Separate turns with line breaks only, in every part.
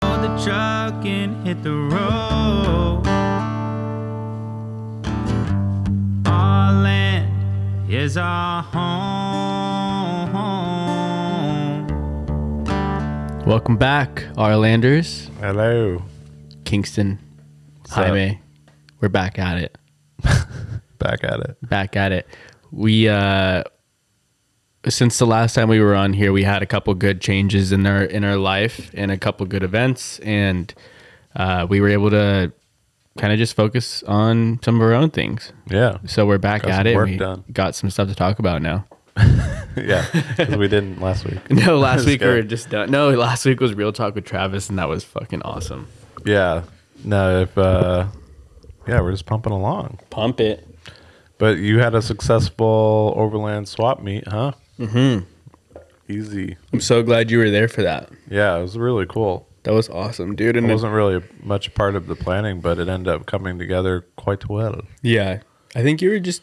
the truck and hit the road. Our land is our home.
Welcome back, Arlanders.
Hello.
Kingston,
up?
Jaime. We're back at it.
Back at it.
Back at it. We uh since the last time we were on here, we had a couple good changes in our in our life and a couple good events and uh we were able to kind of just focus on some of our own things.
Yeah.
So we're back
Got
at
some
it. and
work
we
done.
Got some stuff to talk about now.
Yeah. 'cause we didn't last week.
No, last week we
good.
were just done. No, last week was real talk with Travis, and that was fucking awesome.
Yeah. No, if, uh, yeah, we're just pumping along.
Pump it.
But you had a successful overland swap meet, huh? Mm hmm. Easy.
I'm so glad you were there for that.
Yeah, it was really cool.
That was awesome, dude.
It
And
wasn't really much part of the planning, but it ended up coming together quite well.
yeah, I think you were just.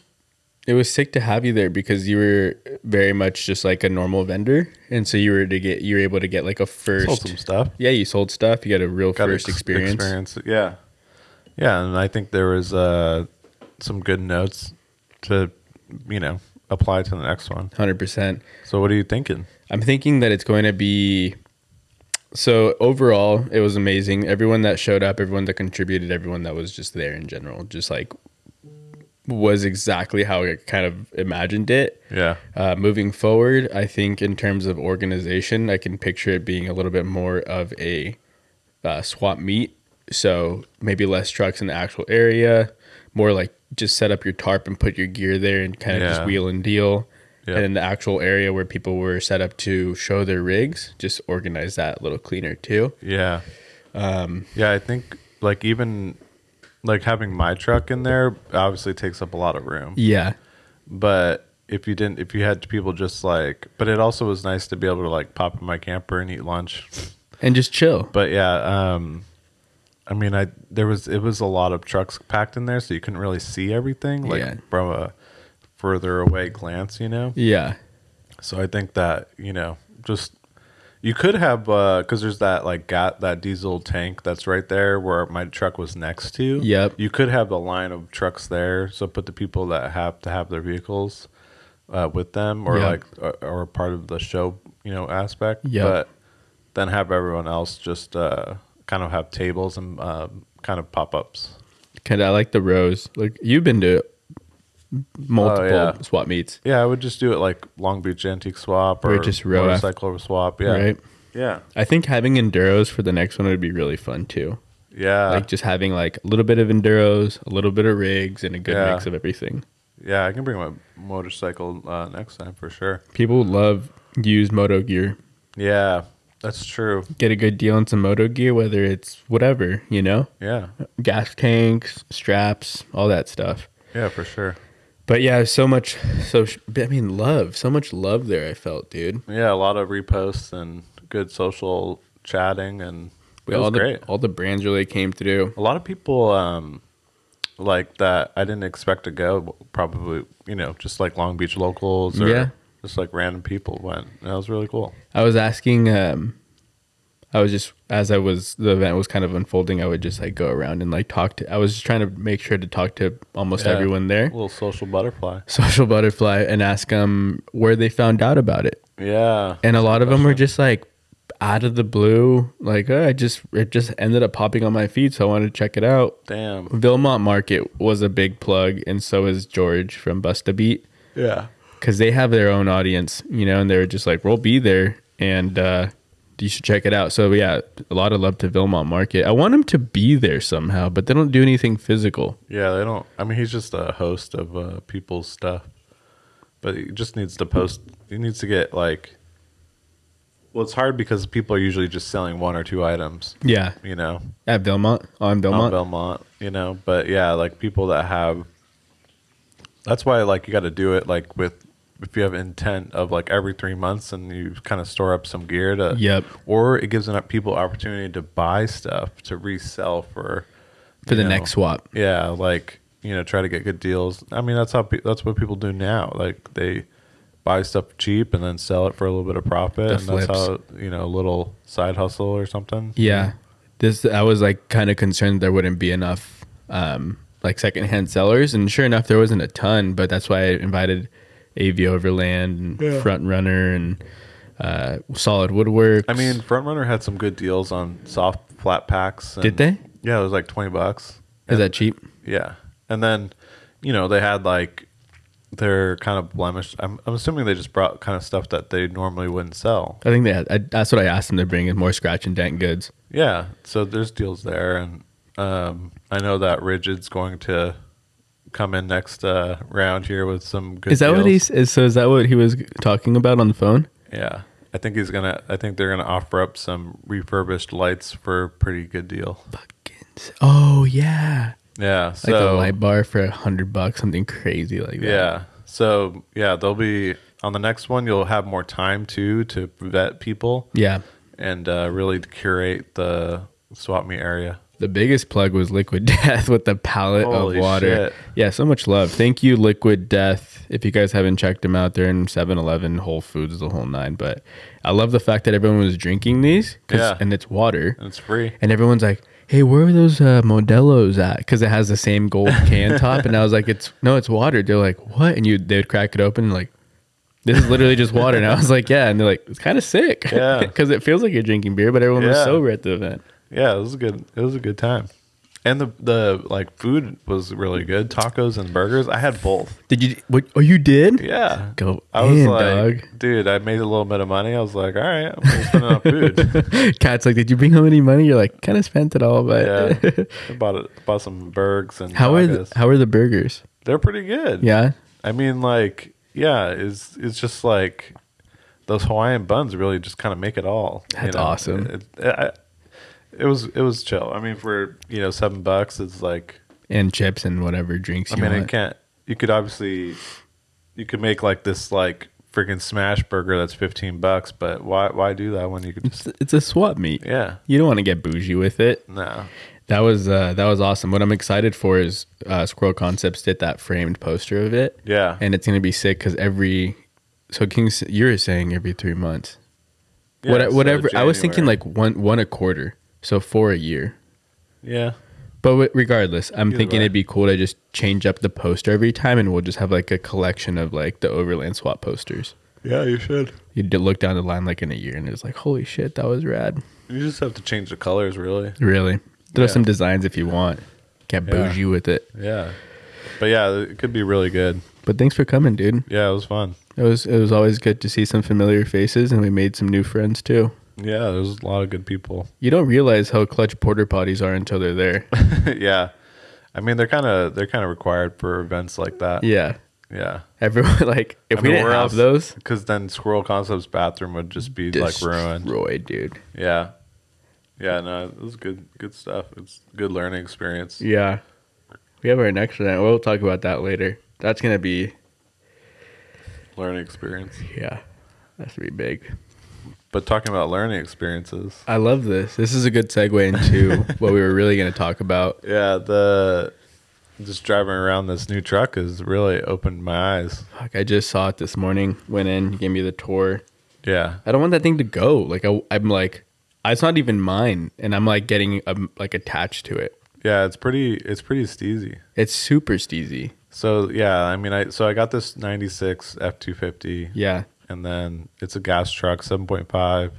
It was sick to have you there because you were very much just like a normal vendor, and so you were to get you were able to get like a first.
Sold some stuff.
Yeah, you sold stuff. You got a real first
ex-
experience.
experience. Yeah, yeah, and I think there was uh, some good notes to you know apply to the next one.
Hundred percent.
So what are you thinking?
I'm thinking that it's going to be. So overall, it was amazing. Everyone that showed up, everyone that contributed, everyone that was just there in general, just like was exactly how I kind of imagined it.
Yeah,
Uh, moving forward, I think in terms of organization, I can picture it being a little bit more of a uh, swap meet. So maybe less trucks in the actual area, more like just set up your tarp and put your gear there and kind of just
Yeah.
wheel and deal.
Yeah.
And then the actual area where people were set up to show their rigs, just organize that a little cleaner too.
yeah, um, yeah. I think like even like having my truck in there obviously takes up a lot of room,
Yeah.
but if you didn't if you had people just like but it also was nice to be able to like pop in my camper and eat lunch
And just chill.
But yeah, um, I mean, I there was it was a lot of trucks packed in there, so you couldn't really see everything like
Yeah.
from a further away glance, you know.
Yeah.
So I think that you know, just you could have because there's that like got that diesel tank that's right there where my truck was next to.
Yep.
You could have the line of trucks there, so put the people that have to have their vehicles uh, with them, or
Yeah.
like uh, or part of the show, you know, aspect.
Yep.
But then have everyone else just uh, kind of have tables and um, kind of pop ups.
Kind of I like the rows. Like you've been to multiple
Oh, yeah.
swap meets,
Yeah, I would just do it like Long Beach Antique Swap
Or
or
just row af-
motorcycle swap. Yeah.
right?
Yeah.
I think having enduros for the next one would be really fun too.
Yeah.
like just having like a little bit of enduros, a little bit of rigs, and a good
Yeah.
mix of everything.
Yeah, I can bring my motorcycle uh, next time for sure.
People love used moto gear.
Yeah, that's true.
Get a good deal on some moto gear, whether it's whatever you know,
Yeah,
gas tanks, straps, all that stuff.
yeah, for sure.
But yeah, so much, so sh- I mean, love, so much love there. I felt, dude.
Yeah, a lot of reposts and good social chatting, and it
all
was
the
great.
all the brands really came through.
A lot of people um, like that I didn't expect to go. Probably, you know, just like Long Beach locals or
Yeah.
just like random people went. And that was really cool.
I was asking, um, I was just as I was the event was kind of unfolding, I would just like go around and like talk to. I was just trying to make sure to talk to almost
Yeah.
everyone there,
little social butterfly.
social butterfly, and ask them where they found out about it.
Yeah,
And a lot of them were just like out of the blue, like oh, I just it just ended up popping on my feed, so I wanted to check it out.
damn.
Vilmont Market was a big plug, and so is George from Busta Beat
Yeah,
because they have their own audience, you know, and they were just like, we'll be there and uh, you should check it out. So, yeah, a lot of love to Vilmont Market. I want them to be there somehow, but they don't do anything physical.
yeah. They don't. I mean, he's just a host of uh, people's stuff. but he just needs to post. He needs to get like. Well, it's hard because people are usually just selling one or two items,
Yeah.
you know,
At Vilmont, on
on
Vilmont.
Belmont, you know. But yeah, like people that have. That's why, like, you got to do it like with if you have intent of like every three months and you kind of store up some gear to.
Yep.
Or it gives enough people opportunity to buy stuff to resell for.
for the
you know,
next swap.
yeah like you know try to get good deals i mean that's how pe- that's what people do now like they buy stuff cheap and then sell it for a little bit of profit
The
and that's
flips.
how you know a little side hustle or something
Yeah. this I was like kind of concerned there wouldn't be enough um, like secondhand sellers, and sure enough, there wasn't a ton. But that's why I invited AV Overland and Front Runner and uh, Solid Woodwork.
I mean, Frontrunner had some good deals on soft flat packs. and-
Did they?
Yeah, it was like twenty bucks.
is that cheap?
Yeah, and then you know they had like their kind of blemished. I'm, I'm assuming they just brought kind of stuff that they normally wouldn't sell.
I think they had, I, that's what I asked them to bring in more scratch and dent goods.
Yeah, so there's deals there, and um, I know that Rigid's going to come in next uh, round here with some good.
Is that what
deals.
he's? Is, so is that what he was talking about on the phone?
Yeah, I think he's gonna. I think they're gonna offer up some refurbished lights for a pretty good deal.
Oh yeah,
Yeah,
like a
so
light bar for a hundred bucks, something crazy like that.
Yeah. So yeah, they'll be on the next one. You'll have more time too to vet people
yeah.
and uh, really curate the swap me area.
The biggest plug was Liquid Death with the palette
Holy
of water.
shit.
Yeah, so much love. Thank you, Liquid Death. If you guys haven't checked them out, they're in 7 Eleven, Whole Foods, the whole nine. But I love the fact that everyone was drinking these 'cause-
Yeah.
and it's water.
And it's free.
And everyone's like, hey, where are those uh, Modelo's at? Because it has the same gold can top. And I was like, it's no, it's water. They're like, what? And you they'd crack it open and like, this is literally just water. And I was like, yeah. And they're like, it's kind of sick.
Yeah.
Because it feels like you're drinking beer, but everyone was
Yeah.
sober at the event.
Yeah, it was a good. It was a good time. And the the like food was really good. Tacos and burgers. I had both.
Did you? What, oh, you did?
Yeah.
Go
I was
in,
like, dude, I made a little bit of money. I was like, all right, I'm gonna spend it on food.
dog. Cat's like, did you bring home any money? You're like, kind of spent it all,
Yeah,
but
I bought it, bought some burgers and
how are the,
tacos.
how are the burgers?
They're pretty good.
Yeah,
I mean, like, yeah, it's it's just like those Hawaiian buns really just kind of make it all. you
That's
know?
awesome.
It, it, I- it was it was chill. I mean, for you know seven bucks, it's like
and chips and whatever drinks
I
you
mean,
want.
it can't. You could obviously you could make like this like freaking smash burger that's fifteen bucks, but why why do that when you could just
It's- It's a swap meet.
yeah
You don't want to get bougie with it.
no
That was uh, that was awesome. What I'm excited for is uh, Squirrel Concepts did that framed poster of it,
yeah
and it's gonna be sick because every so King's you're saying every three months.
Yeah,
what,
so
whatever. I was thinking
January.
like one one a quarter, so four a year.
yeah
But w- regardless, I'm
Either
thinking
way.
it'd be cool to just change up the poster every time, and we'll just have like a collection of like the Overland Swap posters.
yeah you should
You would look down the line like in a year, and it's like, holy shit, that was rad.
you just have to change the colors really
Really, throw
Yeah.
some designs if you want. Get
Yeah.
bougie with it.
yeah but yeah it could be really good
But thanks for coming, dude.
yeah it was fun
It was it was always good to see some familiar faces, and we made some new friends too.
Yeah, there's a lot of good people.
You don't realize how clutch porter potties are until they're there.
yeah, I mean they're kind of they're kind of required for events like that.
yeah,
yeah.
everyone like if we didn't have those,
because then Squirrel Concepts bathroom would just be like ruined.
destroyed, dude.
Yeah, yeah. No, it was good good stuff. It's a good learning experience.
Yeah. We have our next event. We'll talk about that later. That's gonna be
Learning experience.
yeah. That's gonna be big.
But talking about learning experiences,
I love this. This is a good segue into what we were really gonna talk about.
yeah, the just driving around this new truck has really opened my eyes.
Fuck, I just saw it this morning. Went in, he gave me the tour.
Yeah,
I don't want that thing to go. Like I, I'm like, it's not even mine, and I'm like getting um, like attached to it.
yeah. It's pretty. It's pretty steezy.
It's super steezy.
So yeah, I mean, I so I got this '96 F two fifty,
Yeah,
and then it's a gas truck, 7.5,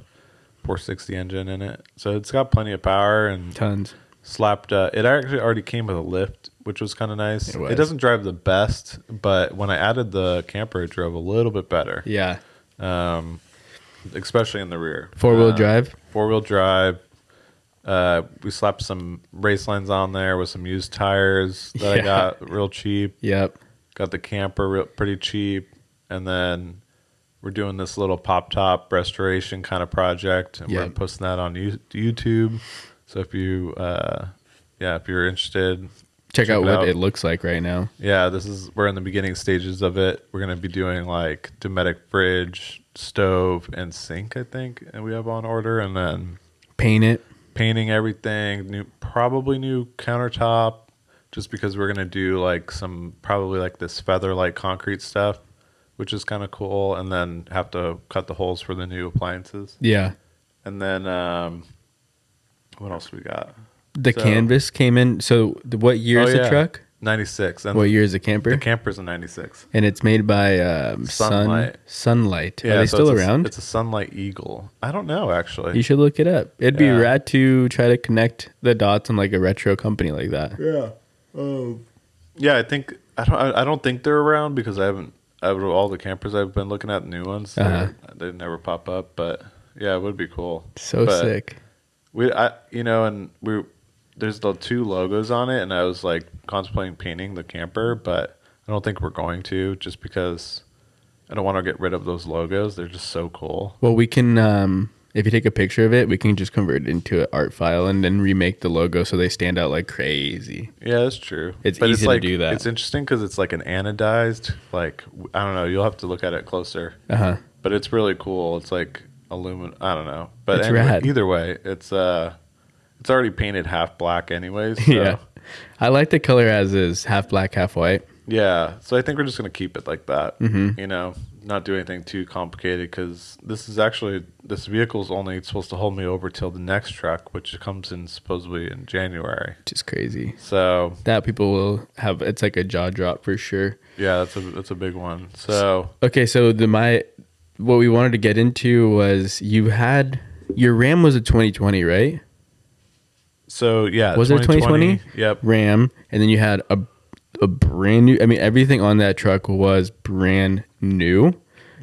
460 engine in it. So it's got plenty of power and
tons.
slapped. Uh, it actually already came with a lift, which was kind of nice.
It
It,
was.
doesn't drive the best, but when I added the camper, it drove a little bit better,
Yeah,
um, especially in the rear.
four wheel
Uh,
drive.
four wheel drive. Uh, we slapped some race lines on there with some used tires that
Yeah.
I got real cheap
Yep.
got the camper real, pretty cheap and then we're doing this little pop top restoration kind of project and we're
Yep.
posting that on Yo- youtube so if you uh yeah if you're interested
Check, out
it
what
out.
it looks like right now.
yeah this is we're in the beginning stages of it we're going to be doing like dometic fridge stove and sink i think and we have on order and then
Paint it.
painting everything, new probably new countertop, just because we're gonna do like some probably like this feather like concrete stuff, which is kind of cool, and then have to cut the holes for the new appliances,
Yeah.
and then um, What else we got?
The
So-
canvas came in. So the, what year is
Oh,
the
yeah.
truck?
96. And
What year is the camper?
The camper's in 96.
and it's made by um,
Sunlight.
Sun Sunlight. Are
Yeah,
they
so
still
it's a-
around?
it's a Sunlight Eagle. I don't know, actually.
you should look it up. It'd be
Yeah.
rad to try to connect the dots on like a retro company like that.
Yeah, I think I don't. I I don't think they're around because I haven't. Out of all the campers I've been looking at, new ones
Uh-huh.
they're- they never pop up. But yeah, it would be cool.
So
But
sick.
We, I, you know, and we there's the two logos on it, and I was like contemplating painting the camper, but I don't think we're going to just because I don't want to get rid of those logos. They're just so cool.
Well, we can um, if you take a picture of it, we can just convert it into an art file and then remake the logo so they stand out like crazy.
Yeah, that's true.
It's
but
easy to
like,
do that.
It's interesting because it's like an anodized. Like I don't know. You'll have to look at it closer.
Uh huh.
but it's really cool. It's like aluminum. I don't know, but
It's
anyway,
rad.
either way, it's uh, it's already painted half black, anyways. So,
Yeah. I like the color as is, half black, half white.
yeah. So I think we're just gonna keep it like that. Mm-hmm. You know, not do anything too complicated because this is actually this vehicle's only supposed to hold me over till the next truck, which comes in supposedly in January.
Which is crazy.
So
That people will have it's like a jaw drop for sure.
yeah, that's a that's a big one. So
Okay, so the my what we wanted to get into was you had your RAM was a 2020, right?
so yeah,
Was it
2020?
2020?
Yep.
RAM, and then you had a a brand new. I mean, everything on that truck was brand new,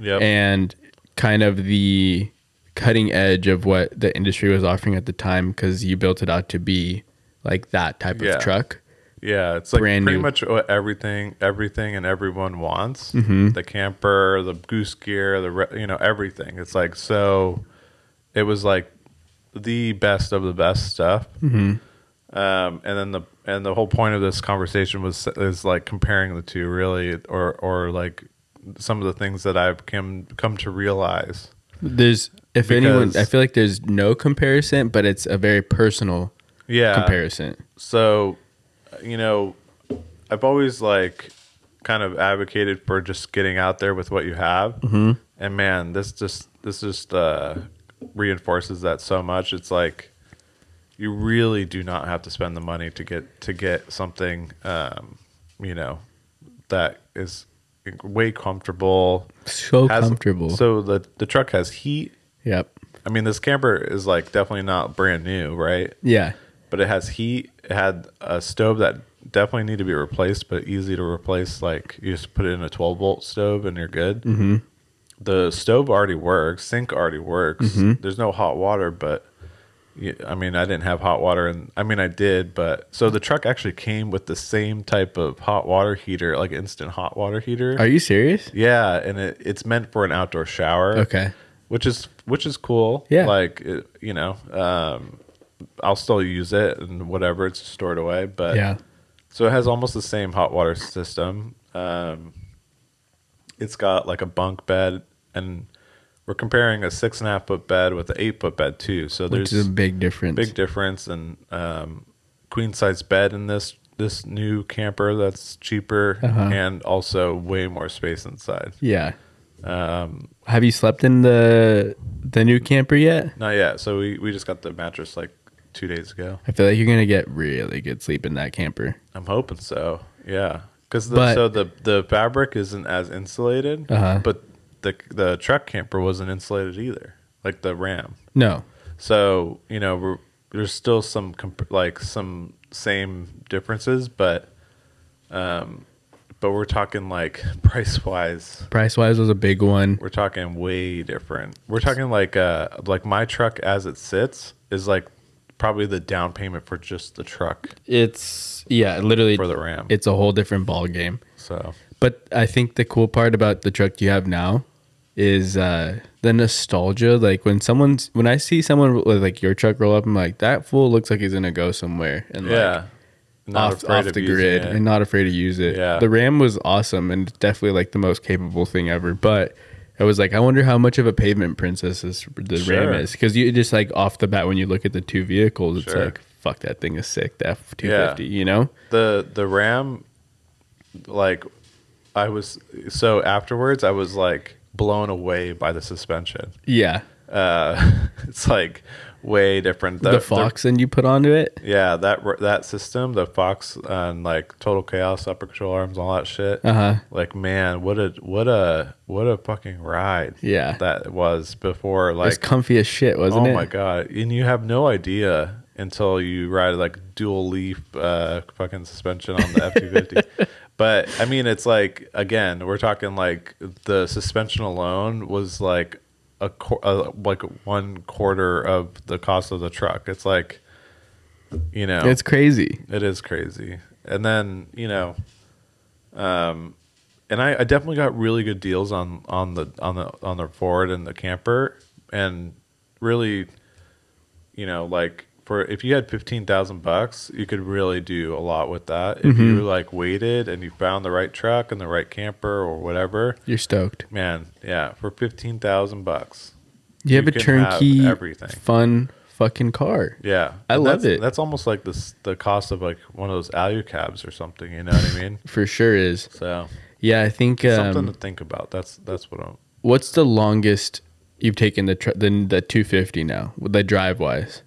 Yep.
and kind of the cutting edge of what the industry was offering at the time because you built it out to be like that type
Yeah.
of truck.
Yeah, it's like
Brand
pretty
new.
much what everything, everything, and everyone wants
Mm-hmm.
the camper, the goose gear, the re- you know everything. It's like so. It was like the best of the best stuff.
Mm-hmm.
Um, and then the and the whole point of this conversation was is like comparing the two really, or or like some of the things that I've come come to realize.
There's if
Because-
anyone, I feel like there's no comparison, but it's a very personal
Yeah,
comparison.
so you know i've always like kind of advocated for just getting out there with what you have mm-hmm. and man this just this just uh reinforces that so much it's like you really do not have to spend the money to get to get something um you know that is way comfortable
So
Has-
comfortable.
so the the truck has heat
yep.
i mean this camper is like definitely not brand new right
Yeah.
but it has heat. It had a stove that definitely need to be replaced, but easy to replace. Like you just put it in a 12 volt stove and you're good. Mm-hmm. The stove already works. Sink already works. There's no hot water, but y- I mean, I didn't have hot water, and I mean, I did, but so the truck actually came with the same type of hot water heater, like instant hot water heater.
Are you serious?
yeah, and it, it's meant for an outdoor shower
Okay.
which is which is cool.
Yeah.
like it, you know, um, I'll still use it and whatever it's stored away. But
Yeah.
so it has almost the same hot water system. Um, it's got like a bunk bed, and we're comparing a six and a half foot bed with an eight foot bed too. So
Which
there's
is a big difference.
big difference and um, queen size bed in this this new camper that's cheaper
Uh-huh.
and also way more space inside.
yeah. Um, Have you slept in the the new camper yet?
Not yet. So we, we just got the mattress like two days ago.
I feel like you're gonna get really good sleep in that camper.
I'm hoping so. Yeah, because
But-
so the the fabric isn't as insulated,
Uh-huh.
but the the truck camper wasn't insulated either, like the Ram.
No.
So you know, we're, there's still some comp- like some same differences, but um, but we're talking like price wise,
Price wise was a big one.
we're talking way different. We're talking like uh like my truck as it sits is like probably the down payment for just the truck
It's yeah, literally
for the Ram.
it's a whole different ball game.
so
But I think the cool part about the truck you have now is uh the nostalgia. Like when someone's when I see someone with like your truck roll up, I'm like, that fool looks like he's gonna go somewhere and like
yeah, not
off,
afraid
off
of
the
using
grid
it.
and not afraid to use it.
Yeah.
The RAM was awesome and definitely like the most capable thing ever. But I was like, I wonder how much of a pavement princess this the
Sure.
RAM is because you just like off the bat when you look at the two vehicles, it's
Sure.
like fuck that thing is sick. The F two fifty, you know?
the the Ram, like I was so afterwards, I was like blown away by the suspension.
Yeah,
Uh, it's like way different.
the,
They're-
fox and you put onto it.
they're- yeah, that r- that system, the Fox and like Total Chaos, Upper Control Arms, all that shit.
Uh huh.
Like man, what a what a what a fucking ride
Yeah.
that was before.
it was
Like
comfy as shit, wasn't
oh
it?
my god, and you have no idea until you ride like dual leaf uh, fucking suspension on the F two fifty. But I mean, it's like again, we're talking like the suspension alone was like a, qu- uh like one quarter of the cost of the truck. It's like you know,
It's crazy.
it is crazy. And then, you know, um and I, I definitely got really good deals on on the on the on the Ford and the camper and really you know, like for if you had 15,000 bucks, you could really do a lot with that. If
Mm-hmm.
you like waited and you found the right truck and the right camper or whatever,
You're stoked.
man, yeah, for 15,000 bucks.
You have
You
a
can have
turnkey,
everything.
fun fucking car.
Yeah.
I
And
love
that's-
it.
That's almost like this the cost of like one of those Alu cabs or something, you know what I mean?
For sure is.
So
Yeah, I think.
something
Um,
to think about. That's that's what I'm.
what's the longest you've taken the tr- the, the 250 now, with the drive wise?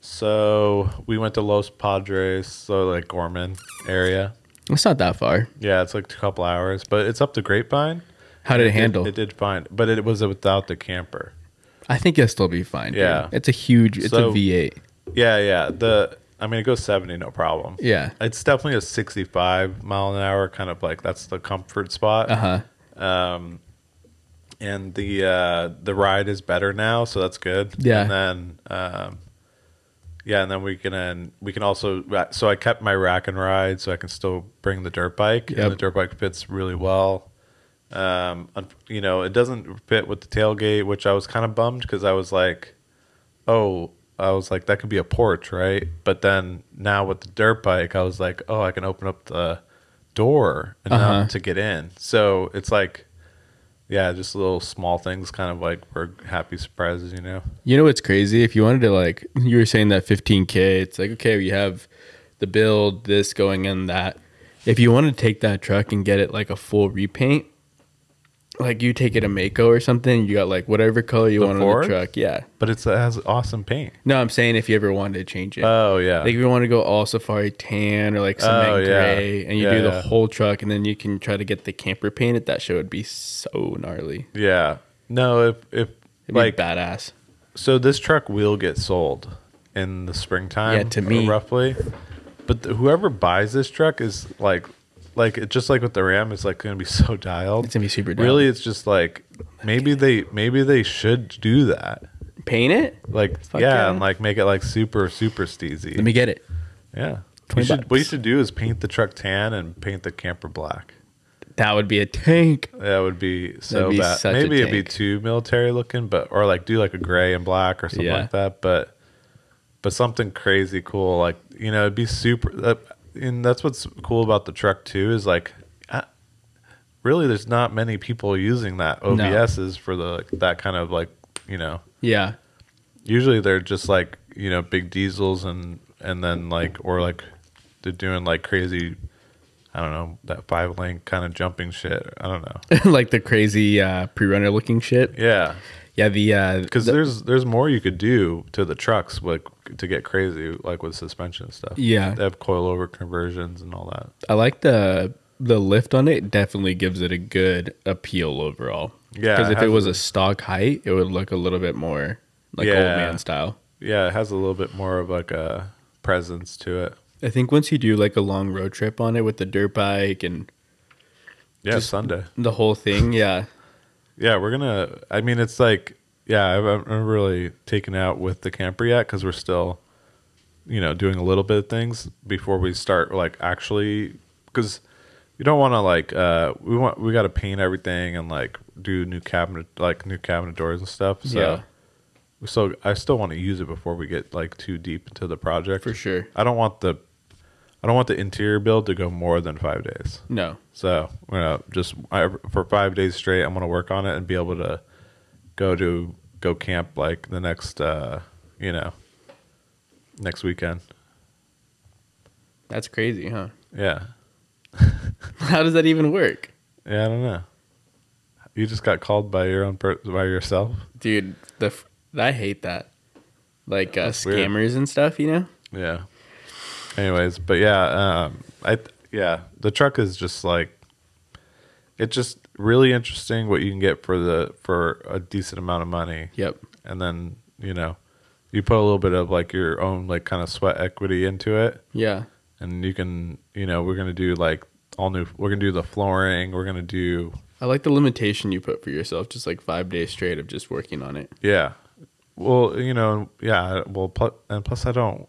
So we went to Los Padres, so like Gorman area.
It's not that far.
Yeah, it's like a couple hours, but it's up to Grapevine.
How did it, handle?
It, did fine, but it was without the camper.
I think it'll still be fine. dude.
Yeah.
it's a huge. It's
So-
a V8.
Yeah, yeah. The I mean, it goes seventy, no problem.
Yeah.
It's definitely a sixty-five mile an hour kind of like that's the comfort spot.
Uh huh.
and the uh the ride is better now so that's good
Yeah.
and then um yeah and then we can and we can also uh, so i kept my rack and ride so i can still bring the dirt bike
Yep.
and the dirt bike fits really well um un- you know it doesn't fit with the tailgate which i was kind of bummed because i was like oh i was like that could be a porch right but then now with the dirt bike i was like oh i can open up the door
Uh-huh.
enough to get in so it's like yeah, just little small things, kind of like we're happy surprises, you know.
You know what's crazy? If you wanted to like, you were saying that 15k, it's like okay, we have the build, this going in, that. If you want to take that truck and get it like a full repaint, like you take it a Mako or something, you got like whatever color you
The
want
Ford?
on the truck. Yeah.
But it's, it has awesome paint.
No, I'm saying if you ever wanted to change it.
Oh yeah,
like if you want to go all safari tan or like cement
Oh, yeah.
gray and you
Yeah,
do the
yeah.
whole truck and then you can try to get the camper painted, that shit would be so gnarly.
yeah. No, if if
It'd
like
be badass.
so, this truck will get sold in the springtime.
Yeah, to me.
roughly. But the, whoever buys this truck is like, like it, just like with the Ram, it's like going to be so dialed.
It's gonna be super dialed.
Really, it's just like maybe they maybe they should do that.
Paint it?
Like
Fuck
yeah,
yeah.
and like make it like super super steezy.
Let me get it.
Yeah.
20
You should, what you
bucks.
should do is paint the truck tan and paint the camper black.
That would be a tank.
That would be so
That'd be
bad.
such a
Maybe it'd be
tank.
too military looking, but or like do like a gray and black or something
Yeah.
like that. But but something crazy cool, like you know, it'd be super. That, and that's what's cool about the truck too is like, I, really, there's not many people using that OBSs for the like, that kind of like you know.
Yeah.
Usually they're just like you know big diesels and and then like or like they're doing like crazy. I don't know that five lane kind of jumping shit. I don't know.
like the crazy uh, pre-runner looking shit.
Yeah.
Yeah, the uh,
because there's there's more you could do to the trucks like to get crazy like with suspension and stuff
Yeah.
they have coilover conversions and all that
I like the the lift on it. Definitely gives it a good appeal overall.
Yeah,
because
it
if it
has
was
a-
a stock height, it would look a little bit more like old
Yeah.
man style.
yeah it has a little bit more of like a presence to it
I think once you do like a long road trip on it with the dirt bike and
yeah
Just-
sunday
the whole thing, yeah,
yeah we're gonna i mean it's like yeah i haven't I'm really taken out with the camper yet because we're still you know doing a little bit of things before we start like actually because you don't want to like uh we want we got to paint everything and like do new cabinet like new cabinet doors and stuff so
Yeah.
so i still want to use it before we get like too deep into the project
for sure.
i don't want the i don't want the interior build to go more than five days
No,
so you know, just I, for five days straight, I'm gonna work on it and be able to go to go camp like the next, uh, you know, next weekend.
that's crazy, huh?
Yeah,
How does that even work,
yeah. I don't know. You just got called by your own per- by yourself.
dude? The f- I hate that. like uh,
That's weird.
scammers and stuff. You know,
Yeah. Anyways, but yeah, um, I th- yeah, the truck is just like it's just really interesting what you can get for the for a decent amount of money.
Yep.
And then you know, you put a little bit of like your own like kind of sweat equity into it,
yeah,
and you can you know we're gonna do like all new. We're gonna do the flooring. We're gonna do
I like the limitation you put for yourself, just like five days straight of just working on it.
Yeah. Well, you know, yeah. Well, plus, and plus, I don't.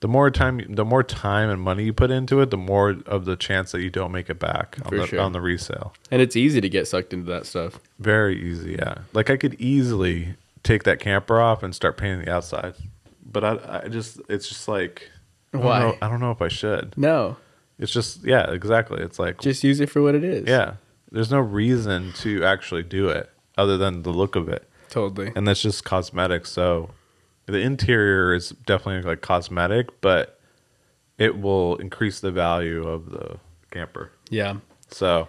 The more time, the more time and money you put into it, the more of the chance that you don't make it back on
For
the
sure.
on the resale.
And it's easy to get sucked into that stuff.
Very easy, yeah. Like I could easily take that camper off and start painting the outside, but I, I just, it's just like, I don't
Why?
know- I don't know if I should.
No,
It's just, yeah, exactly. It's like,
just use it for what it is.
yeah. There's no reason to actually do it other than the look of it.
totally.
and that's just cosmetic. So the interior is definitely like cosmetic, but it will increase the value of the camper.
Yeah,
So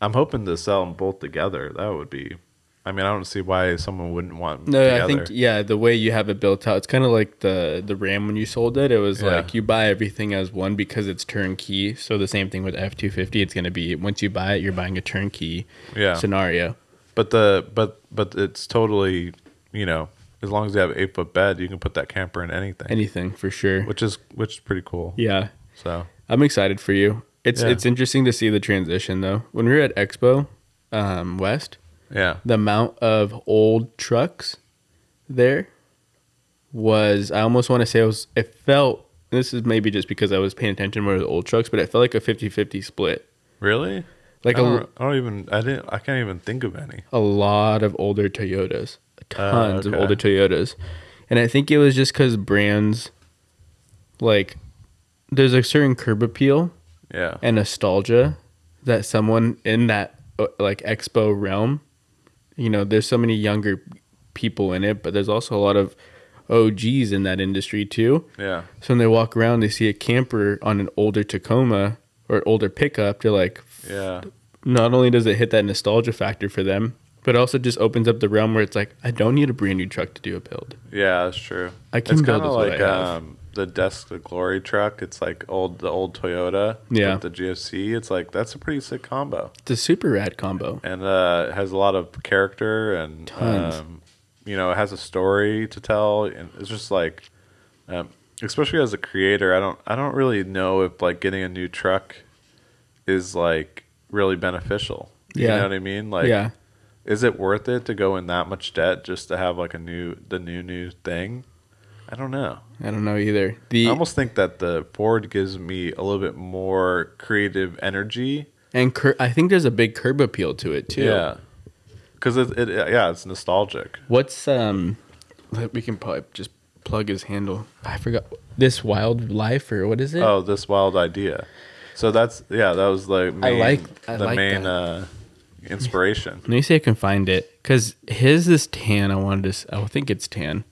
I'm hoping to sell them both together. That would be. I mean, I don't see why someone wouldn't want. 'em
no,
together.
I think yeah, the way you have it built out, it's kind of like the the Ram when you sold it. It was
Yeah.
like you buy everything as one because it's turnkey. So the same thing with F two fifty. It's going to be once you buy it, you're buying a turnkey
Yeah.
scenario.
But the but but it's totally you know as long as you have eight foot bed, you can put that camper in anything,
Anything for sure.
which is which is pretty cool.
Yeah,
So
I'm excited for you. It's
Yeah.
it's interesting to see the transition though. When we were at Expo um, West,
yeah,
the amount of old trucks there was I almost want to say it was it felt and this is maybe just because I was paying attention more to the old trucks, but it felt like a 50-50 split.
really.
Like
I
a,
don't, I don't even I didn't I can't even think of any.
a lot of older Toyotas, tons of
Ah, okay.
older Toyotas. And I think it was just cuz brands like there's a certain curb appeal
Yeah,
and nostalgia that someone in that uh, like expo realm you know there's so many younger people in it but there's also a lot of og's in that industry too
yeah,
so when they walk around they see a camper on an older tacoma or an older pickup they're like
yeah.
not only does it hit that nostalgia factor for them but it also just opens up the realm where it's like i don't need a brand new truck to do a build
Yeah, that's true.
I can
it's
build
kinda
with what I
like
have.
um the desk to glory truck. It's like old the old Toyota.
Yeah.
with the GFC. It's like that's a pretty sick combo,
it's a super rad combo
and uh, it has a lot of character and
Tons.
um, you know it has a story to tell, and it's just like, um, especially as a creator, I don't I don't really know if like getting a new truck is like really beneficial. You
Yeah.
know what I mean? Like,
yeah
is it worth it to go in that much debt just to have like a new the new new thing? I don't know.
i don't know either the
I almost think that the Ford gives me a little bit more creative energy.
and cur- i think there's a big curb appeal to it too
Because it, it, yeah, it's nostalgic.
What's um? We can probably just plug his handle. I forgot this wildlife or what is it?
Oh, this wild idea. So that's yeah, that was the main,
like- I
the
like
main
that.
uh, inspiration.
Let me see if I can find it. Cause his is tan. I wanted to. s- I think it's tan.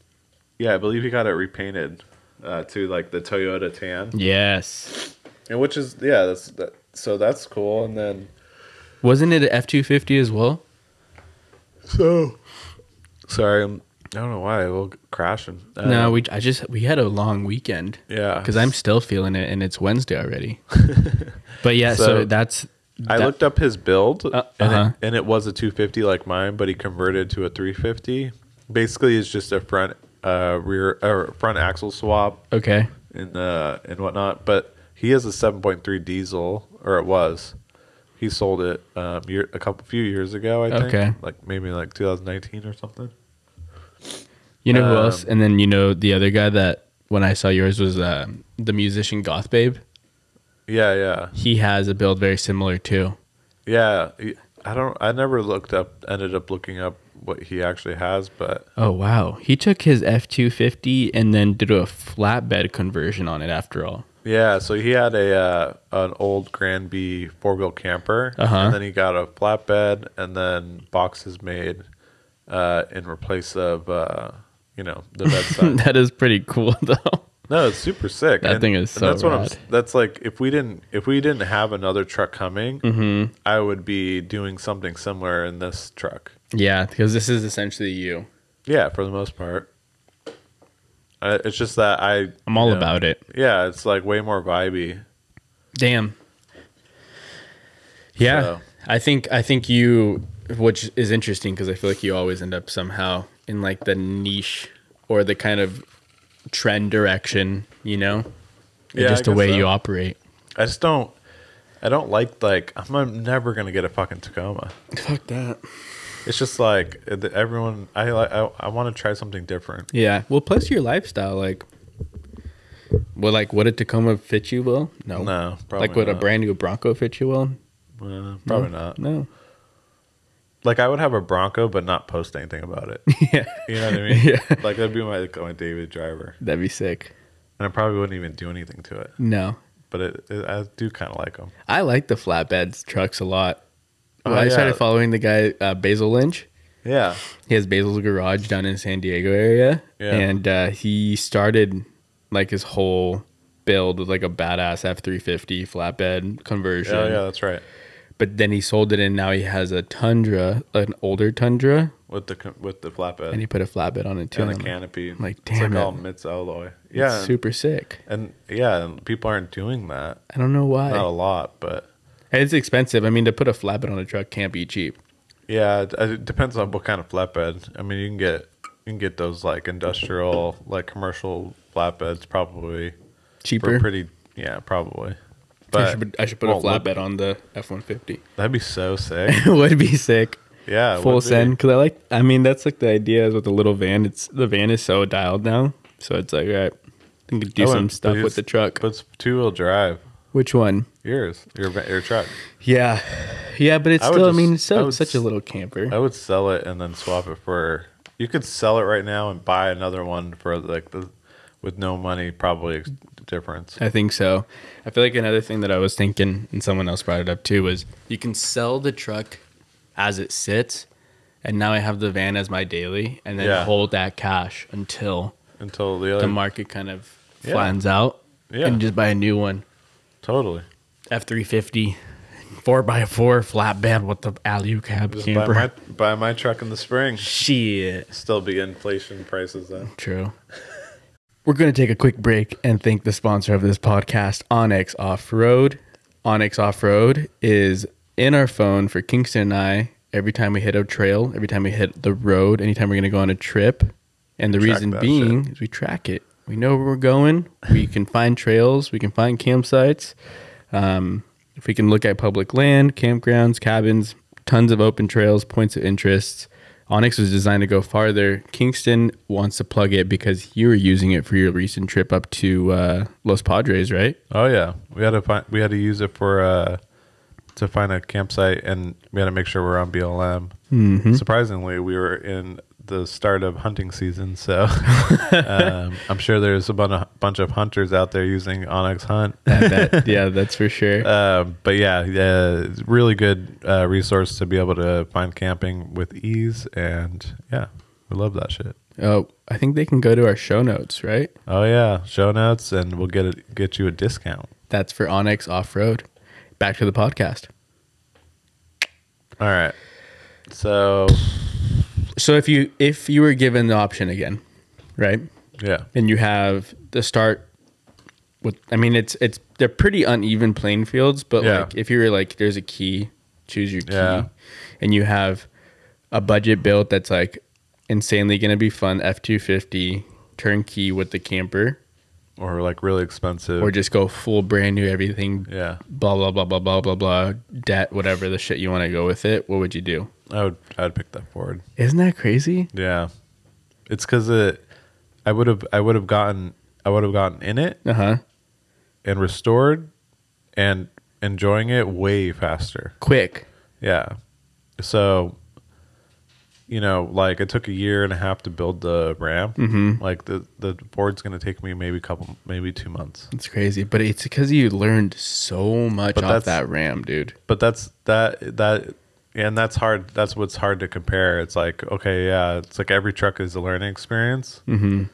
Yeah, I believe he got it repainted uh, to like the Toyota tan,
Yes.
and which is yeah, that's that, so that's cool. And then
Wasn't it an F two fifty as well?
So sorry, I'm, I don't know why I will crashing. Uh,
no, we. I just we had a long weekend.
yeah,
Cause I'm still feeling it, and it's Wednesday already. but yeah, so,
So-
that's.
I
that-
looked up his build, and,
uh-huh.
it, and it was a 250 like mine, but he converted to a 350. Basically, it's just a front uh, rear or front axle swap
Okay.
and uh, and whatnot. But he has a 7.3 diesel, or it was. He sold it um, year, a couple few years ago, I think.
Okay.
Like maybe like 2019 or something.
You know who
Um,
else? And then you know the other guy that when I saw yours was uh, the musician Goth Babe.
Yeah, yeah.
He has a build very similar too.
Yeah, he- I don't. I never looked up. Ended up looking up what he actually has, but
Oh wow, he took his F two fifty and then did a flatbed conversion on it. After all,
yeah. So he had a uh, an old Granby four wheel camper,
Uh-huh.
and then he got a flatbed, and then boxes made uh, in replace of uh, you know the bedside.
that is pretty cool though.
no, it's super sick.
That
and-
thing is
and
so
That's what I'm.
rad.
s- That's like if we didn't if we didn't have another truck coming,
Mm-hmm.
I would be doing something similar in this truck.
Yeah, because this is essentially you.
Yeah, for the most part. I, it's just that I
I'm all
you know,
about it.
Yeah, it's like way more vibey.
Damn. Yeah,
So-
I think I think you, which is interesting because I feel like you always end up somehow in like the niche or the kind of trend direction, you know,
Yeah, I
just the
guess
way
so.
you operate.
I just don't. I don't like like I'm, I'm never gonna get a fucking Tacoma.
Fuck that.
It's just like uh, the- everyone. I like. I, I want to try something different.
Yeah. Well, plus your lifestyle, like, well, like would a Tacoma fit you well? No.
No,
Oh.
probably
Like would a
not.
brand new Bronco fit you well?
Uh, probably
No.
not.
No.
Like I would have a Bronco, but not post anything about it.
yeah.
You know what I mean?
Yeah.
Like that'd be my like, my David driver,
That'd be sick.
and I probably wouldn't even do anything to it.
No.
But it, it, I do kind of like them.
I like the flatbeds trucks a lot.
Oh,
Well, I started
yeah.
following the guy uh, Basil Lynch.
Yeah.
He has Basil's garage down in San Diego area,
Yeah.
and uh, he started like his whole build with like a badass F three fifty flatbed conversion.
Oh yeah, that's right.
But then he sold it, and now he has a Tundra, an older Tundra,
With the co- with the
and
flatbed
he put a flatbed on it too.
and the
and I'm like,
canopy.
like,
it's like
damn it.
all Mitz alloy.
"That's
Yeah. and-
super sick.
And yeah, and people aren't doing that.
I don't know why.
Not a lot, but
And it's expensive. I mean, to put a flatbed on a truck can't be cheap.
yeah, it, it depends on what kind of flatbed. I mean, you can get you can get those like industrial, like commercial flatbeds probably
Cheaper.
for pretty. Yeah, probably.
I
But
should, I should put a
won't look-
flatbed on the F one fifty.
That'd be so sick.
Would be sick.
Yeah, it
full
would be.
send because I like. I mean, that's like the idea is with the little van. It's the van is so dialed now, so it's like all right, I can do
I
some
wouldn't-
stuff
but
with
it's-
the truck.
But it's two wheel drive.
Which one?
Yours, your va- your truck.
Yeah, yeah, but it's
I would
still. I
just-
mean, it's
I
still
would
such a
s-
little camper.
I would sell it and then swap it for. You could sell it right now and buy another one for like the, with no money probably difference.
I think so. I feel like another thing that I was thinking, and someone else brought it up too, was you can sell the truck as it sits, and now I have the van as my daily, and then
Yeah.
hold that cash until
Until the other
the market kind of
Yeah.
flattens out,
Yeah.
and just buy a new one.
totally.
F three fifty, four by four flatbed with the alley cab
Just buy
camper.
my, buy my truck in the spring.
Shit.
Still be inflation prices then.
True. We're going to take a quick break and thank the sponsor of this podcast, Onyx Off Road. Onyx Off Road is in our phone for Kingston and I every time we hit a trail, every time we hit the road, anytime we're going to go on a trip. And the
Track
reason
that
being is we track it. We know where we're going. We can find trails. We can find campsites. Um, if we can look at public land, campgrounds, cabins, tons of open trails, points of interest. Onyx was designed to go farther. Kingston wants to plug it because you were using it for your recent trip up to uh, Los Padres, right?
Oh yeah, we had to find, we had to use it for uh, to find a campsite, and we had to make sure we're on BLM. Surprisingly, we were in the start of hunting season, so um, I'm sure there's a bun- bunch of hunters out there using Onyx Hunt.
I bet. yeah, that's for sure.
Um, but yeah, yeah, it's really good uh, resource to be able to find camping with ease, and yeah, we love that shit.
oh, I think they can go to our show notes, right?
Oh yeah, show notes, and we'll get it get you a discount.
That's for Onyx Off Road. Back to the podcast.
All right. So
So if you if you were given the option again, right?
yeah,
and you have the start with I mean it's it's they're pretty uneven playing fields, but
Yeah.
like if you were like there's a key, choose your key
Yeah.
and you have a budget build that's like insanely gonna be fun, F two fifty, turnkey with the camper,
or like really expensive.
or just go full brand new everything,
yeah,
blah blah blah blah blah blah blah, debt, whatever the shit you wanna go with it, what would you do?
I would I'd pick that Ford.
Isn't that crazy?
Yeah, it's because it. I would have I would have gotten I would have gotten in it
Uh huh.
and restored, and enjoying it way faster.
Quick.
Yeah. So, you know, like it took a year and a half to build the RAM. Mm-hmm. Like the the board's gonna take me maybe a couple, maybe two months.
It's crazy. But it's because you learned so much
But
off
that's-
that RAM, dude.
But that's that that. And that's hard. That's what's hard to compare. It's like, okay, yeah, it's like every truck is a learning experience. Mm-hmm.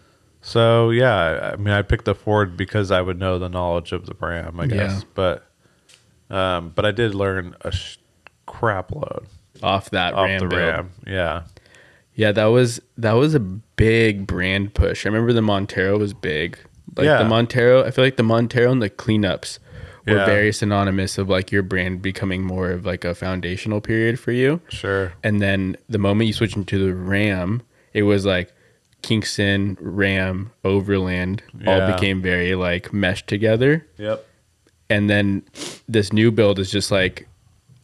So, yeah, I mean, I picked the Ford because I would know the knowledge of the RAM, I
Yeah.
guess. But, um, but I did learn a sh- crap load
off that
off
RAM
the
build.
RAM. Yeah.
Yeah, that was that was a big brand push. I remember the Montero was big. Like
Yeah.
the Montero, I feel like the Montero and the cleanups were
Yeah.
very synonymous of like your brand becoming more of like a foundational period for you.
Sure.
And then the moment you switch into the Ram, it was like Kingston, Ram, Overland all
Yeah.
became very like meshed together.
Yep.
And then this new build is just like,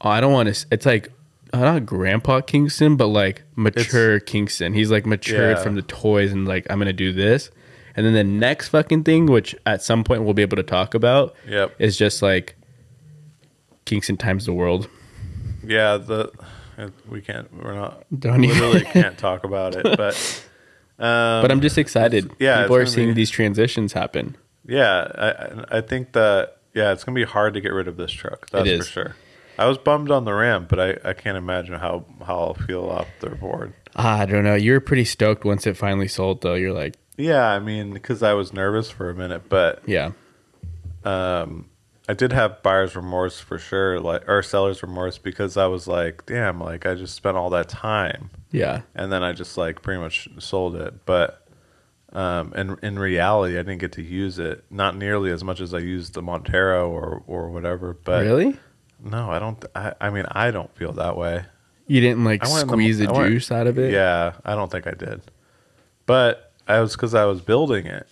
oh, I don't want to. It's like uh, not Grandpa Kingston, but like mature Kingston. He's like matured
Yeah.
from the toys and like I'm gonna do this. And then the next fucking thing, which at some point we'll be able to talk about,
Yep.
is just like Kingston times the world.
Yeah, the it- we can't. We're not.
Don't even-
literally can't talk about it. But
but I'm just excited.
yeah,
people are
it's gonna
seeing
be-
these transitions happen.
yeah, I I think that yeah, it's gonna be hard to get rid of this truck. That's
It is.
for sure. I was bummed on the ramp, but I, I can't imagine how how I'll feel off their board.
Ah, I don't know. You were pretty stoked once it finally sold, though. You're like,
Yeah, I mean, because I was nervous for a minute, but
yeah,
I did have buyer's remorse for sure, like or seller's remorse, because I was like, damn, like I just spent all that time,
yeah,
and then I just like pretty much sold it. But um, in in reality, I didn't get to use it, not nearly as much as I used the Montero or or whatever. But
really.
no, I don't. I, I mean, I don't feel that way.
You didn't like
I went in the-
squeeze the,
I went-
juice out of it.
Yeah, I don't think I did. But I was because I was building it.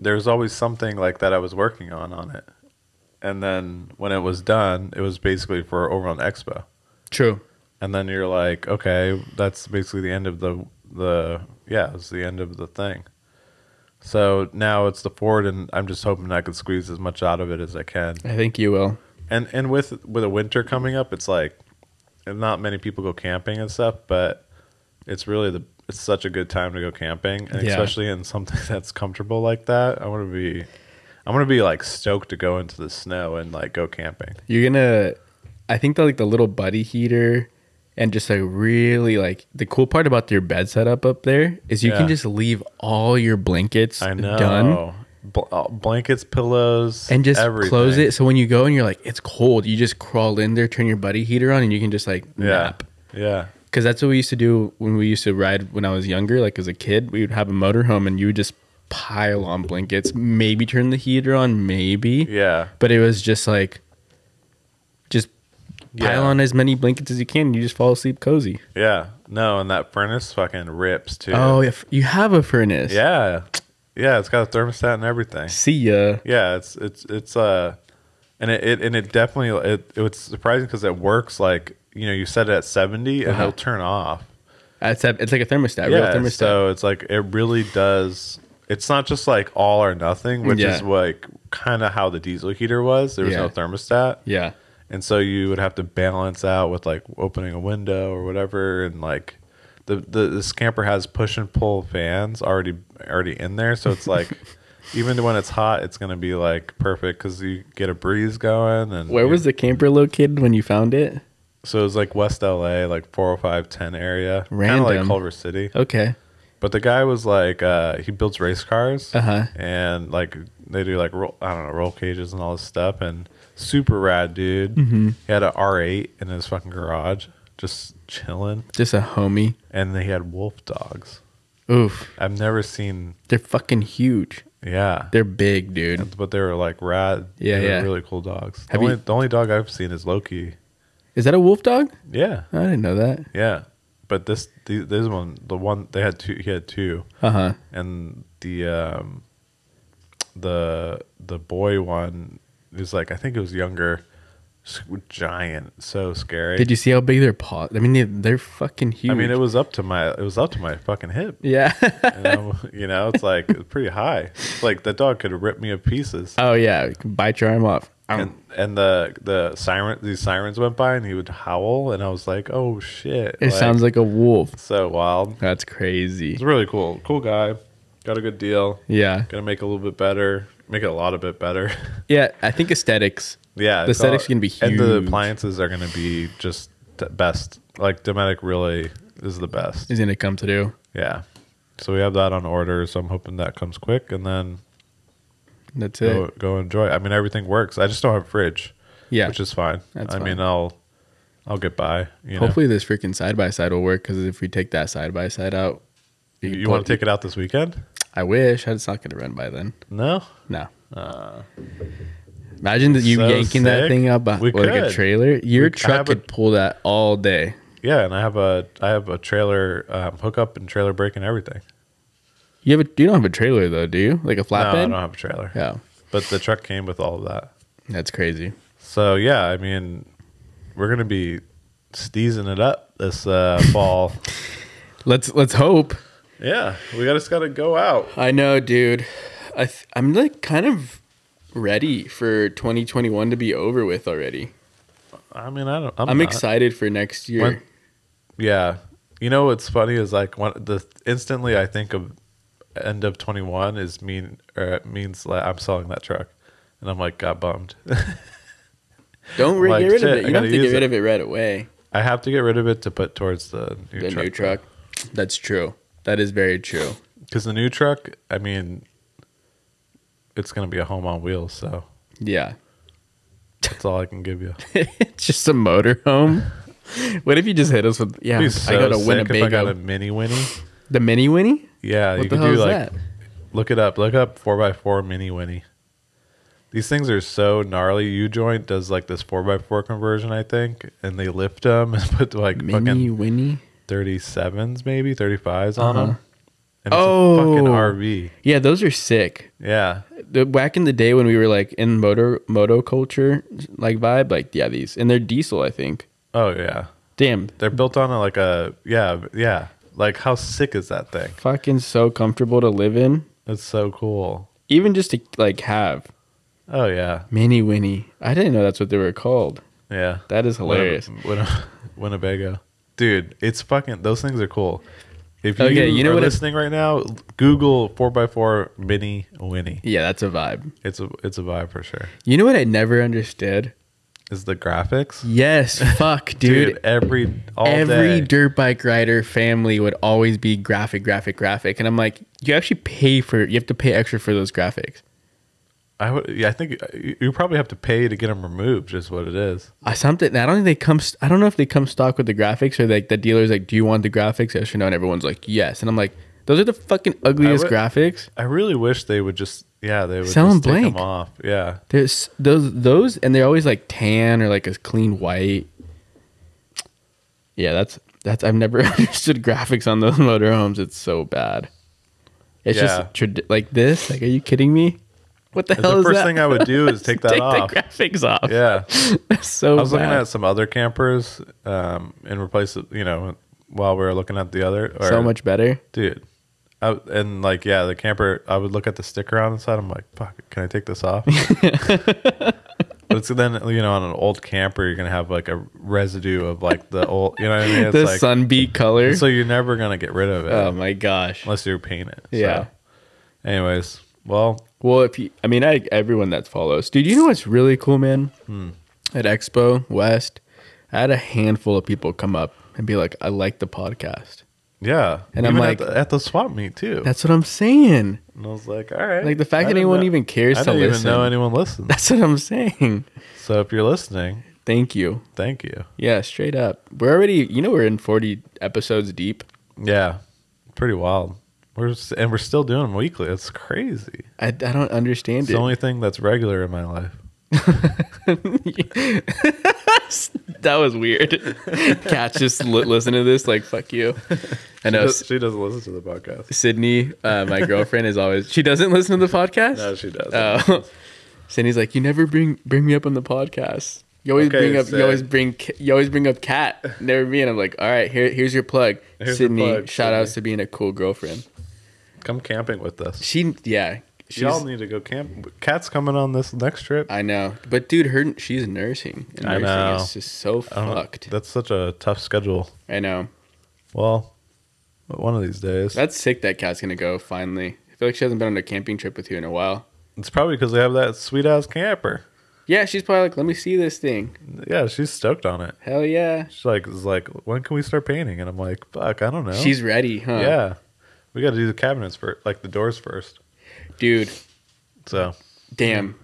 There was always something like that I was working on on it, and then when it was done, it was basically for over on Expo.
true.
And then you're like, okay, that's basically the end of the the yeah, it's the end of the thing. So now it's the Ford, and I'm just hoping I can squeeze as much out of it as I can.
I think you will.
And and with with a winter coming up, it's like and not many people go camping and stuff, but it's really the it's such a good time to go camping, and
Yeah.
especially in something that's comfortable like that. I want to be I want to be like stoked to go into the snow and like go camping.
You're gonna. I think that like the little buddy heater, and just like really like the cool part about your bed setup up there is you
Yeah.
can just leave all your blankets
I know.
done
Bl- uh, blankets, pillows,
and just
everything.
close it. So when you go and you're like, it's cold, you just crawl in there, turn your buddy heater on, and you can just like
Yeah,
nap.
yeah,
Because that's what we used to do when we used to ride when I was younger. Like as a kid, we would have a motorhome and you would just pile on blankets, maybe turn the heater on, maybe.
yeah.
But it was just like, just
Yeah.
pile on as many blankets as you can and you just fall asleep cozy.
Yeah. No, and that furnace fucking rips too.
Oh, if you have a furnace.
yeah. Yeah, it's got a thermostat and everything.
See ya.
Yeah, it's it's it's uh and it, it and it definitely it, it was surprising because it works like you know you set it at 70 and
Uh-huh.
it'll turn off
It's, a, it's like a thermostat,
yeah
real thermostat.
so it's like it really does it's not just like all or nothing which
Yeah.
is like kind of how the diesel heater was there was
Yeah.
no thermostat
yeah.
and so you would have to balance out with like opening a window or whatever and like the the this camper has push and pull fans already already in there so it's like even when it's hot it's going to be like perfect cuz you get a breeze going and
Where was the camper located when you found it?
so it was like West LA like 40510 area kind of like
Random.
Culver City
Okay.
but the guy was like uh he builds race cars
Uh-huh.
and like they do like roll, I don't know roll cages and all this stuff and super rad dude.
Mm-hmm.
He had a R8 in his fucking garage just chilling
Just a homie.
and they had wolf dogs.
Oof.
I've never seen
They're fucking huge.
yeah.
They're big, dude.
But they were like rad.
Yeah,
they were
yeah.
really cool dogs. The
Have
only,
you-
the only dog I've seen is Loki.
Is that a wolf dog?
Yeah,
I didn't know that.
yeah. But this the, this one, the one they had two. He had two.
Uh huh.
and the um the the boy one is like I think it was younger, s- giant, so scary.
Did you see how big their paw? I mean, they, they're fucking huge.
I mean, it was up to my it was up to my fucking hip.
yeah.
You know, you know it's like it's pretty high. It's like that dog could rip me in pieces.
oh yeah, you can bite your arm off.
And and the the siren these sirens went by and he would howl and I was like, oh shit!
it sounds like a wolf.
so wild.
That's crazy.
It's really cool. Cool guy. Got a good deal.
Yeah,
Gonna make it a little bit better. Make it a lot of bit better.
yeah. I think aesthetics.
Yeah,
The
it's all-
aesthetics can be
and the
huge.
appliances are going to be just the best. Like Dometic really is the best.
is gonna come through.
Yeah, so we have that on order. So I'm hoping that comes quick, and then
That's it.
Oh, go, go enjoy. I mean, everything works. I just don't have a fridge,
yeah,
which is fine.
That's
I
fine.
mean, I'll I'll get by. You
Hopefully, this freaking side by side will work because if we take that side by side out,
know. you want to take it out this weekend?
I wish it's not going to run by then.
No.
No. Imagine that you
Uh, so
yanking that
sick.
thing up uh,
We
like a
could.
trailer. Your
We- I
truck
have
could
a-
pull that all day.
Yeah, and I have a I have a trailer um, hookup and trailer break and everything.
You have a, you don't have a trailer though, do you? Like a
No, I
flatbed?
don't have a trailer.
Yeah,
But the truck came with all of that.
that's crazy.
So yeah, I mean, we're gonna be steezing it up this uh, fall.
Let's let's hope.
Yeah, we got just gotta go out.
I know, dude. I th- I'm like kind of ready for 2021 to be over with already.
I mean, I don't.
I'm,
I'm, not.
excited for next year.
When- Yeah, you know what's funny is like one the instantly I think of end of 21 is mean or means like I'm selling that truck, and I'm like got bummed.
don't re-
like,
get rid
shit,
of it.
I
You don't
gotta
have to get
use
rid
it.
of it right away.
I have to get rid of it to put towards the new
the
truck.
new truck. That's true. That is very true.
Because the new truck, I mean, it's gonna be a home on wheels, so
Yeah.
that's all I can give you.
it's just a motorhome. What if you just hit us with yeah?
It'd be
I
so
got a
sick
Winnebago,
If I got a mini Winnie.
the mini Winnie.
Yeah,
What
you
the
could
hell
do
is
like
that?
look it up. Look up four x four mini Winnie. These things are so gnarly. U joint does like this four x four conversion, I think, and they lift them and put like
Mini
fucking
Winnie.
thirty sevens, maybe thirty fives on
Uh-huh.
them. And it's a fucking
Oh.
RV.
Yeah, those are sick.
Yeah,
The, back in the day when we were like in motor moto culture like vibe, like yeah, these and they're diesel, I think.
Oh yeah,
Damn,
they're built on a, like a yeah yeah. Like how sick is that thing?
fucking so comfortable to live in,
That's so cool.
even just to like have
Oh yeah,
mini Winnie. I didn't know that's what they were called.
yeah.
That is hilarious.
Winne- Winne- Winnebago, dude. It's fucking. Those things are cool. If you,
Okay, you know
are
what I-
listening right now, Google four x four mini Winnie.
yeah, that's a vibe.
It's a it's a vibe for sure.
You know what I never understood?
Is the graphics,
Yes, fuck, dude.
every all
every
day.
dirt bike rider family would always be graphic, graphic, graphic. And I'm like, you actually pay for you have to pay extra for those graphics.
I would. Yeah, I think uh, you, you probably have to pay to get them removed. Is what it is.
I something I don't think they come. st- I don't know if they come stock with the graphics or like the dealer's like, do you want the graphics? Yes or no? And everyone's like, yes. And I'm like, those are the fucking ugliest
would-
graphics.
I really wish they would just. Yeah, they would
Sell 'em
just take 'em
blank.
off. Yeah,
There's those those, and they're always like tan or like a clean white. Yeah, that's that's. I've never understood graphics on those motorhomes. It's so bad. It's
Yeah.
just trad- like this. Like, are you kidding me? What the
That's
hell
the
is
first
that?
thing I would do is take that
Take
off.
the graphics off.
yeah.
That's so.
I was looking
bad.
at some other campers um, and replace it, you know, while we were looking at the other. Or,
so much better.
Dude. I, and like, yeah, the camper, I would look at the sticker on the side. I'm like, fuck, can I take this off? but it's then, you know, on an old camper, you're going to have like a residue of like the old, you know what I mean? It's
The
like,
sunbeat color.
so you're never going to get rid of it
oh my gosh.
unless you paint it. So,
Yeah.
Anyways, well,
Well, if you, I mean, I everyone that follows, dude. You know what's really cool, man?
Hmm.
At Expo West, I had a handful of people come up and be like, "I like the podcast."
yeah.
And I'm
Even
like-
at the, at the swap meet too.
That's what I'm saying.
And I was like, all right.
Like the fact
I
that
didn't
anyone
know-
even cares
I
to
didn't
listen.
even know anyone listened.
That's what I'm saying.
So if you're listening,
Thank you.
thank you.
Yeah, straight up. We're already, you know, we're in 40 episodes deep.
Yeah, pretty wild. We're s and we're still doing them weekly. It's crazy.
I, I don't understand
It's the only thing that's regular in my life.
it. that was weird. Cat just li- listen to this like fuck you. I know. S-
doesn't listen to the podcast.
Sydney, uh, my girlfriend, is always she doesn't listen to the podcast.
No, she doesn't.
Oh. Sydney's like, you never bring bring me up on the podcast. You always
Okay,
bring up you
Sid.
always bring K- you always bring up cat, never me. And I'm like, all right, here here's your plug,
Here's your
Sydney.
plug,
shout
Sydney.
outs to being a cool girlfriend.
Come camping with us.
She yeah, she's
Y'all need to go camp. Cat's coming on this next trip.
I know, but dude, her she's nursing. And
I
nursing
know.
is just so
I don't-
fucked.
That's such a tough schedule.
I know.
Well, one of these days.
That's sick. That cat's gonna go finally. I feel like she hasn't been on a camping trip with you in a while.
it's probably because they have that sweet ass camper.
Yeah, she's probably like, let me see this thing.
Yeah, she's stoked on it.
Hell yeah.
She's like, is like, when can we start painting? And I'm like, fuck, I don't know.
She's uh, ready, huh?
yeah, we got to do the cabinets first, like the doors first.
Dude,
So
damn.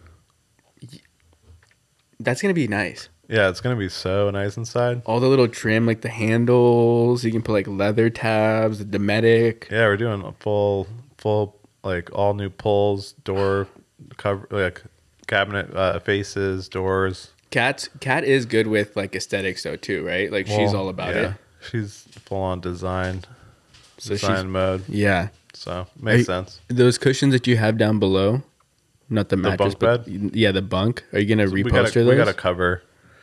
That's going to be nice.
Yeah, it's gonna be so nice inside.
All the little trim, like the handles, you can put like leather tabs, the Dometic.
Yeah, we're doing a full, full like all new pulls, door cover, like cabinet uh, faces, doors.
Cat's Cat is good with like aesthetics though too, right? Like she's
Well,
all about
yeah,
it.
She's full on design,
So
design
she's
mode.
yeah.
So makes
Are
sense.
Those cushions that you have down below, not the mattress,
bunk
but yeah, the bunk. Are you gonna
we got
reposter
a,
those?
we got a cover,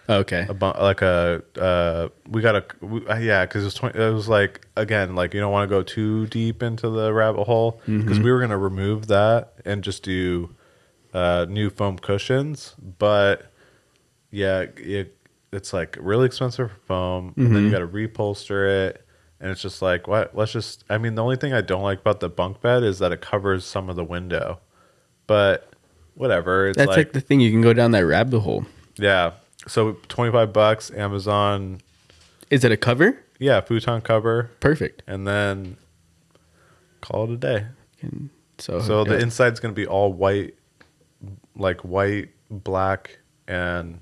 okay.
a bu- like a uh, we got a we, uh, yeah, because it was 20, it was like again like you don't want to go too deep into the rabbit hole because
Mm-hmm.
we were gonna remove that and just do uh, new foam cushions, but yeah, it, it's like really expensive for foam, and
Mm-hmm.
then you got to repolster it. And it's just like, what? Let's just. I mean, the only thing I don't like about the bunk bed is that it covers some of the window, but whatever. It's
That's like, the thing. You can go down that rabbit hole.
yeah. So 25 bucks, Amazon,
Is it a cover?
yeah, futon cover,
Perfect.
and then call it a day.
And so
So the
yeah.
inside's going to be all white, like white, black, and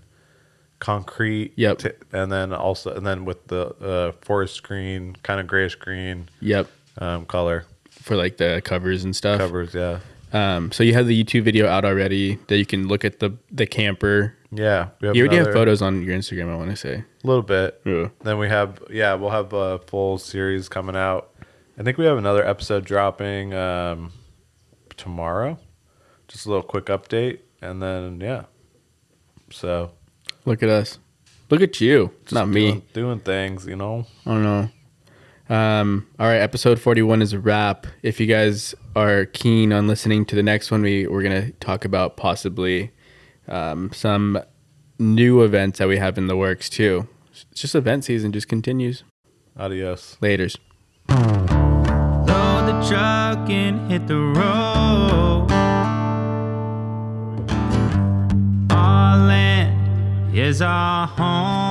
concrete.
Yep.
t- and then also, and then with the uh, forest green, kind of grayish green
yep
um, color
for like the covers and stuff.
covers. Yeah.
Um, so you have the YouTube video out already that you can look at the the camper.
Yeah. We
You already have
another
photos on your Instagram. I want to say.
little bit.
Yeah.
Then we have, yeah, we'll have a full series coming out. I think we have another episode dropping um, tomorrow. Just a little quick update, and then yeah. So
Look at us. Look at you. It's not me.
doing, doing things, you know.
I don't know. Um, all right, episode 41 is a wrap. If you guys are keen on listening to the next one, we, we're going to talk about possibly um, some new events that we have in the works too. It's just event season, just continues.
Adios.
Laters.
Load the truck and hit the road. Our land is our home.